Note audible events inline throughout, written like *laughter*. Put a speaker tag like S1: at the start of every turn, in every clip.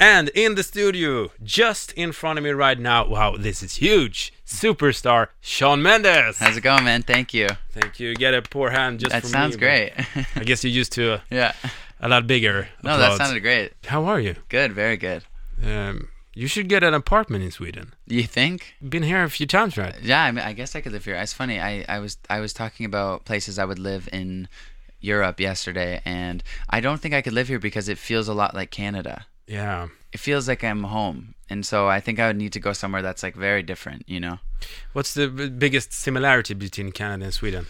S1: And in the studio, just in front of me right now, wow, this is huge, superstar Sean Mendes.
S2: How's it going, man? Thank you.
S1: Thank you. Get a poor hand just
S2: That
S1: for
S2: sounds
S1: me, but
S2: great. *laughs*
S1: I guess you're used to a,
S2: yeah.
S1: a lot bigger.
S2: No, that
S1: applause.
S2: sounded great.
S1: How are you?
S2: Good, very good.
S1: Um, you should get an apartment in Sweden.
S2: You think?
S1: Been here a few times, right?
S2: Yeah, I, mean, I guess I could live here. It's funny. I, I was I was talking about places I would live in Europe yesterday, and I don't think I could live here because it feels a lot like Canada.
S1: Yeah.
S2: It feels like I'm home, and so I think I would need to go somewhere that's like very different. You know.
S1: What's the b- biggest similarity between Canada and Sweden?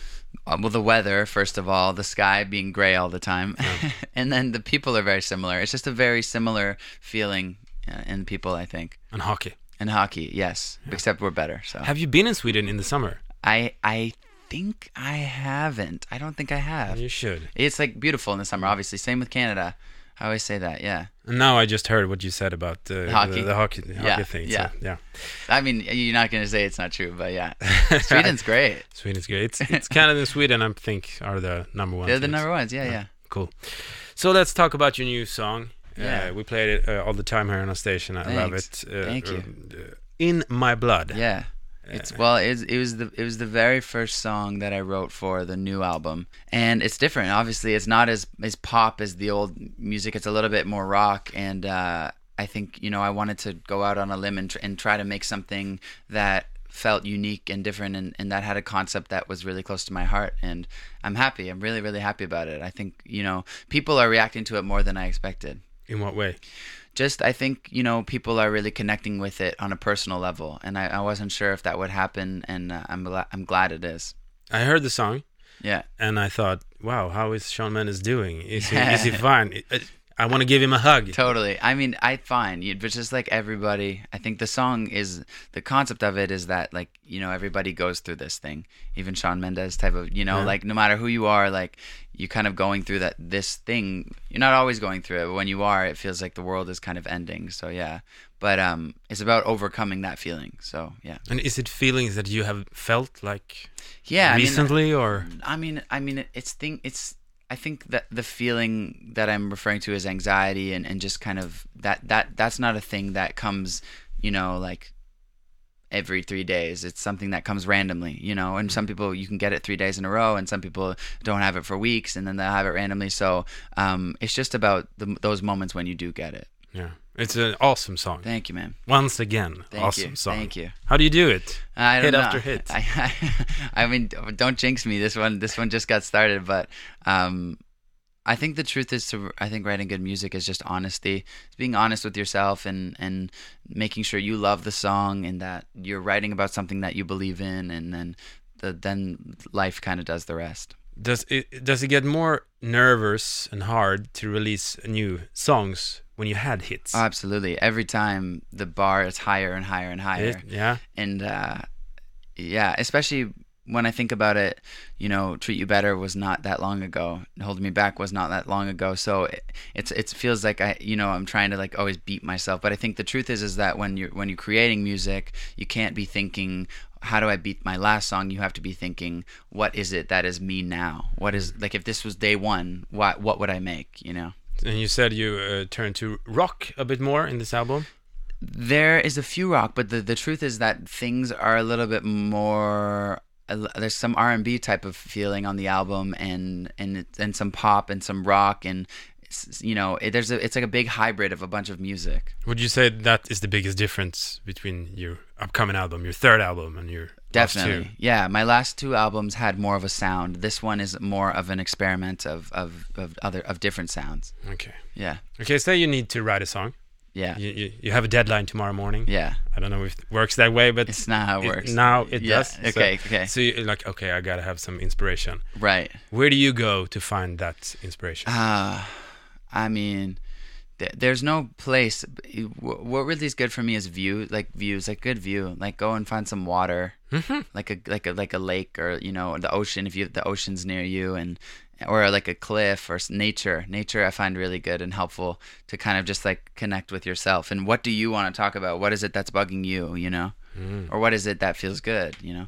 S2: Uh, well, the weather, first of all, the sky being gray all the time, *laughs* and then the people are very similar. It's just a very similar feeling uh, in people, I think.
S1: And hockey.
S2: And hockey, yes, except we're better. So
S1: Have you been in Sweden in the summer?
S2: I, I think I haven't. I don't think I have.
S1: You should.
S2: It's like beautiful in the summer, obviously. Same with Canada. I always say that. Yeah.
S1: And now I just heard what you said about uh,
S2: Hockey.
S1: The, the hockey, the
S2: Yeah,
S1: hockey thing.
S2: yeah.
S1: So, yeah.
S2: I mean, you're not gonna say it's not true, but yeah, Sweden's great.
S1: Sweden's great.
S2: *laughs*
S1: It's, it's Canada and Sweden, I think, are the number one.
S2: They're the
S1: teams.
S2: number ones. Yeah, yeah.
S1: Cool. So let's talk about your new song.
S2: Yeah.
S1: Uh, we played it uh, all the time here on our station. I love
S2: Thanks.
S1: it. Uh,
S2: Thank you.
S1: uh, In my blood.
S2: Yeah. It's well, it was, it was the it was the very first song that I wrote for the new album, and it's different. Obviously, it's not as as pop as the old music. It's a little bit more rock, and uh, I think you know I wanted to go out on a limb and tr- and try to make something that felt unique and different, and, and that had a concept that was really close to my heart. And I'm happy. I'm really really happy about it. I think you know people are reacting to it more than I expected
S1: In what way?
S2: just I think you know people are really connecting with it on a personal level, and I, I wasn't sure if that would happen, and uh, I'm gla- I'm glad it is.
S1: I heard the song
S2: Yeah,
S1: and I thought, wow, how is Sean Mendes doing? Is he, is he
S2: *laughs*
S1: fine? I- I want to give him a hug.
S2: totally. I mean, I fine. You- But just like everybody, I think the song is the concept of it is that like you know everybody goes through this thing, even Sean Mendes type of you know
S1: Yeah.
S2: like no matter who you are, like you're kind of going through that this thing. You're not always going through it, but when you are, it feels like the world is kind of ending. So yeah, but um, it's about overcoming that feeling. So yeah,
S1: And is it feelings that you have felt like
S2: yeah. I mean, uh,
S1: recently or?
S2: I mean, I mean, it's thing. It's I think that the feeling that I'm referring to is anxiety and and just kind of that that that's not a thing that comes, you know, like every three days. It's something that comes randomly, you know. And some people you can get it three days in a row, and some people don't have it for weeks, and then they have it randomly. So um, it's just about the, those moments when you do get it.
S1: Yeah. It's an awesome song.
S2: Thank you, man.
S1: Once again,
S2: Thank
S1: awesome
S2: you.
S1: song.
S2: Thank you.
S1: How do you do it?
S2: I don't
S1: Hit
S2: know.
S1: after hit.
S2: *laughs* I, I, I mean, don't jinx me. This one, this one just got started, but um, I think the truth is to, I think writing good music is just honesty. It's being honest with yourself and and making sure you love the song and that you're writing about something that you believe in, and then the then life kind of does the rest.
S1: Does it does it get more nervous and hard to release new songs when you had hits?
S2: Oh, absolutely. Every time the bar is higher and higher and higher.
S1: It- yeah.
S2: and uh, yeah, especially when I think about it, you know, treat you better was not that long ago. Hold me back was not that long ago. So it, it's it feels like I, you know, I'm trying to like always beat myself. But I think the truth is is that when you're when you're creating music, you can't be thinking how do I beat my last song? You have to be thinking what is it that is me now? What is like if this was day one, what what would I make? You know.
S1: And you said you uh, turned to rock a bit more in this album.
S2: There is a few rock, but the, the truth is that things are a little bit more. There's some R and B type of feeling on the album, and and it- and some pop and some rock, and s- you know, it, there's a it's like a big hybrid of a bunch of music.
S1: Would you say that is the biggest difference between your upcoming album, your third album, and your last two?
S2: Definitely, yeah. My last two albums had more of a sound. This one is more of an experiment of of, of other of different sounds.
S1: Okay.
S2: Yeah,
S1: Okay. Say you need to write a song.
S2: yeah,
S1: You, you, you have a deadline tomorrow morning.
S2: yeah.
S1: I don't know if it works that way, but
S2: It's not how it works.
S1: now it
S2: Yeah,
S1: does. So-
S2: okay, okay.
S1: So you're like, okay, I gotta have some inspiration.
S2: right.
S1: Where do you go to find that inspiration?
S2: Uh, I mean, th- there's no place. wh- What really is good for me is view, like views, like good view. Like go and find some water, like a like a like a lake or you know the ocean if you the ocean's near you and or like a cliff or s- nature. Nature I find really good and helpful to kind of just like connect with yourself and what do you want to talk about? What is it that's bugging you? You know, or what is it that feels good? You know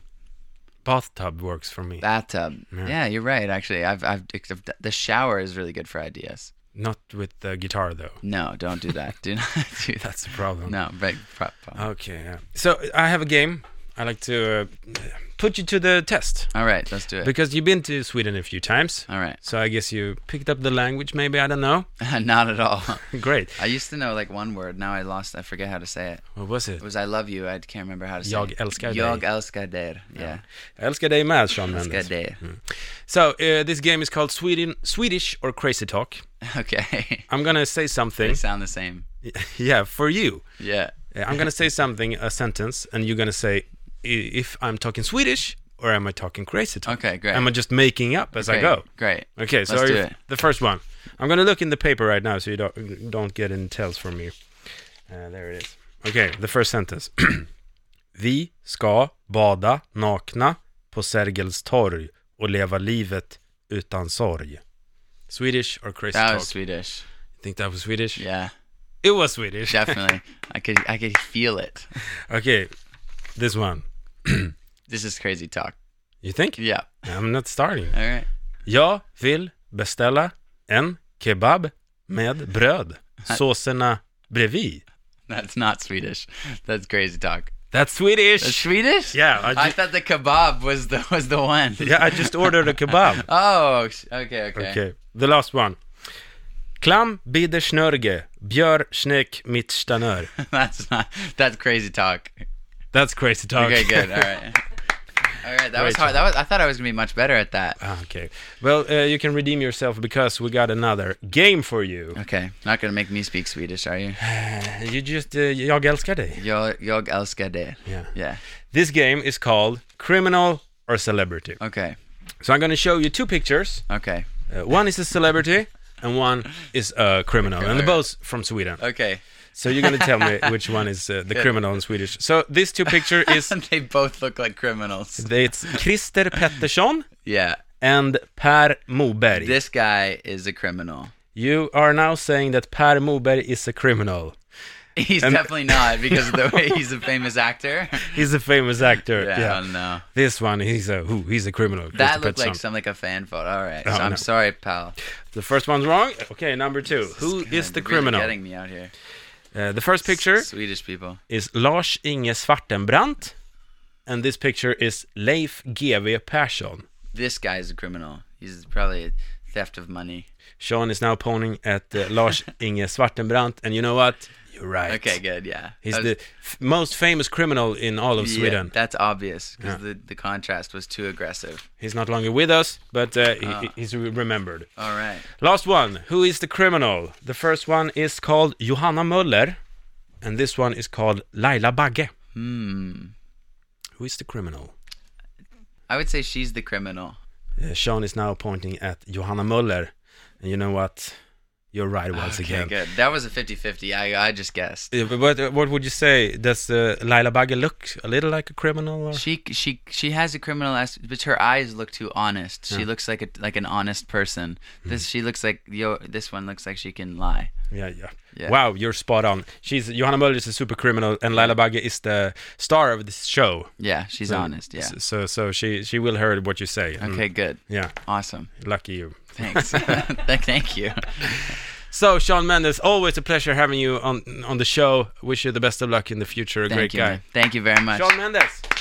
S1: Bathtub works for me.
S2: bathtub. Yeah, you're right. Actually, I've, I've, I've the shower is really good for ideas.
S1: Not with the guitar though. *laughs*
S2: No, don't do that. do *laughs* not do that.
S1: That's the problem.
S2: No, big pro- problem.
S1: Okay. Yeah. So I have a game. I like to uh, put you to the test
S2: All right, let's do it.
S1: because you've been to Sweden a few times.
S2: All right. *laughs*
S1: So I guess you picked up the language. Maybe I don't know.
S2: Not at all.
S1: Great.
S2: I used to know like one word. Now I lost. I forget how to say it.
S1: What was it?
S2: It was I love you. I can't remember how to say
S1: Jag
S2: it.
S1: älskar dig.
S2: Jag älskar dig. Yeah.
S1: Jag älskar dig med, Sean
S2: Älskar
S1: Mendes.
S2: dig.
S1: So uh, this game is called Sweden, Swedish or Crazy Talk.
S2: *laughs* Okay.
S1: I'm gonna say
S2: they
S1: something.
S2: sound the same.
S1: *laughs* yeah, for you.
S2: Yeah.
S1: Uh, I'm gonna say something, a sentence, and you're gonna say i- if I'm talking Swedish or am I talking crazy talk.
S2: Okay, great.
S1: Am I just making up as I
S2: great.
S1: go?
S2: Great.
S1: Okay, so
S2: Let's
S1: are
S2: do
S1: you-
S2: it.
S1: the first one. I'm gonna look in the paper right now, so you don't don't get any tells from me. Uh, there it is. Okay, the first sentence. *clears throat* Vi ska bada nakna på Sergels torg och leva livet utan sorg. Swedish or crazy
S2: That
S1: talk?
S2: was Swedish.
S1: Think that was Swedish?
S2: Yeah.
S1: It was Swedish. *laughs*
S2: Definitely. I could I could feel it. *laughs*
S1: Okay, this one.
S2: This is crazy talk.
S1: You think?
S2: Yeah.
S1: I'm not starting.
S2: All right.
S1: Jag vill beställa en kebab med bröd. Såserna bredvid.
S2: That's not Swedish. That's crazy talk.
S1: That's Swedish.
S2: That's Swedish?
S1: Yeah, I
S2: I,
S1: ju-
S2: thought the kebab was the was the one.
S1: yeah, I just ordered a *laughs* kebab.
S2: Oh, s- okay, okay.
S1: Okay, the last one. Klam bider snörge, björ snäck mitt stanör.
S2: *laughs* That's not that's crazy talk.
S1: That's crazy talk. *laughs*
S2: Okay, good. All right. All right, that was
S1: Great
S2: hard. That was, I thought I was gonna be much better at that.
S1: Ah, okay. Well, uh, you can redeem yourself because we got another game for you.
S2: Okay, not gonna make me speak Swedish,
S1: *laughs*
S2: are you?
S1: You just, uh, jag älskar dig.
S2: Jag, jag älskar dig.
S1: Yeah.
S2: Yeah.
S1: This game is called Criminal or Celebrity.
S2: Okay.
S1: So I'm going to show you two pictures.
S2: Okay.
S1: Uh, one is a celebrity and one is a criminal, and they're both from Sweden.
S2: Okay. *laughs*
S1: So you're gonna tell me which one is uh, the criminal in Swedish. So these two picture
S2: *laughs*
S1: is
S2: they both look like criminals.
S1: they- it's Christer Pettersson
S2: Yeah.
S1: and Per Moberg.
S2: This guy is a criminal.
S1: You are now saying that Per Moberg is a criminal.
S2: He's definitely not because of the way he's a famous actor. *laughs*
S1: He's a famous actor.
S2: Yeah,
S1: Yeah.
S2: I don't know.
S1: This one, he's a who? He's a criminal.
S2: That
S1: Christer
S2: looked like
S1: Pettersson.
S2: some like a fan photo. All right,
S1: Oh,
S2: so I'm
S1: no.
S2: sorry, pal.
S1: the first one's wrong. Okay, number two. Who
S2: God,
S1: is the
S2: really
S1: criminal?
S2: Getting me out here.
S1: Uh, the first picture
S2: Swedish people.
S1: is Lars Inge Svartenbrandt, and this picture is Leif GW Persson.
S2: This guy's a criminal. He's probably theft of money.
S1: Sean is now pointing at uh, Lars
S2: *laughs*
S1: Inge Svartenbrandt, and you know what? You're right.
S2: Okay, good. Yeah,
S1: He's
S2: That was-
S1: the f- most famous criminal in all of
S2: yeah,
S1: Sweden.
S2: That's obvious because the the contrast was too aggressive.
S1: He's not longer with us, but uh, he-
S2: Ah.
S1: he, he's re- remembered.
S2: All right.
S1: Last one. Who is the criminal? The first one is called Johanna Möller, and this one is called Laila Bagge.
S2: Hmm.
S1: Who is the criminal?
S2: I would say she's the criminal.
S1: Uh, Sean is now pointing at Johanna Möller, and you know what? You're right once
S2: Okay,
S1: again.
S2: good. That was a 50-50. I I just guessed.
S1: Uh, but what, what would you say? Does uh, Laila Bagge look a little like a criminal? Or?
S2: She she she has a criminal as but her eyes look too honest. She looks like a like an honest person.
S1: Hmm.
S2: This she looks like yo. This one looks like she can lie.
S1: Yeah, yeah,
S2: Yeah.
S1: Wow, you're spot on. She's Johanna Möller is a super criminal, and Laila Bagge is the star of this show.
S2: Yeah, she's honest. Yeah.
S1: S- So, so she she will hear what you say. Mm.
S2: Okay, good.
S1: Yeah,
S2: Awesome.
S1: lucky you. *laughs*
S2: Thanks. *laughs* Th- Thank you.
S1: So, Sean Mendes, always a pleasure having you on on the show. Wish you the best of luck in the future. A
S2: Thank
S1: great
S2: you.
S1: guy,
S2: man. Thank you very much.
S1: Sean Mendes.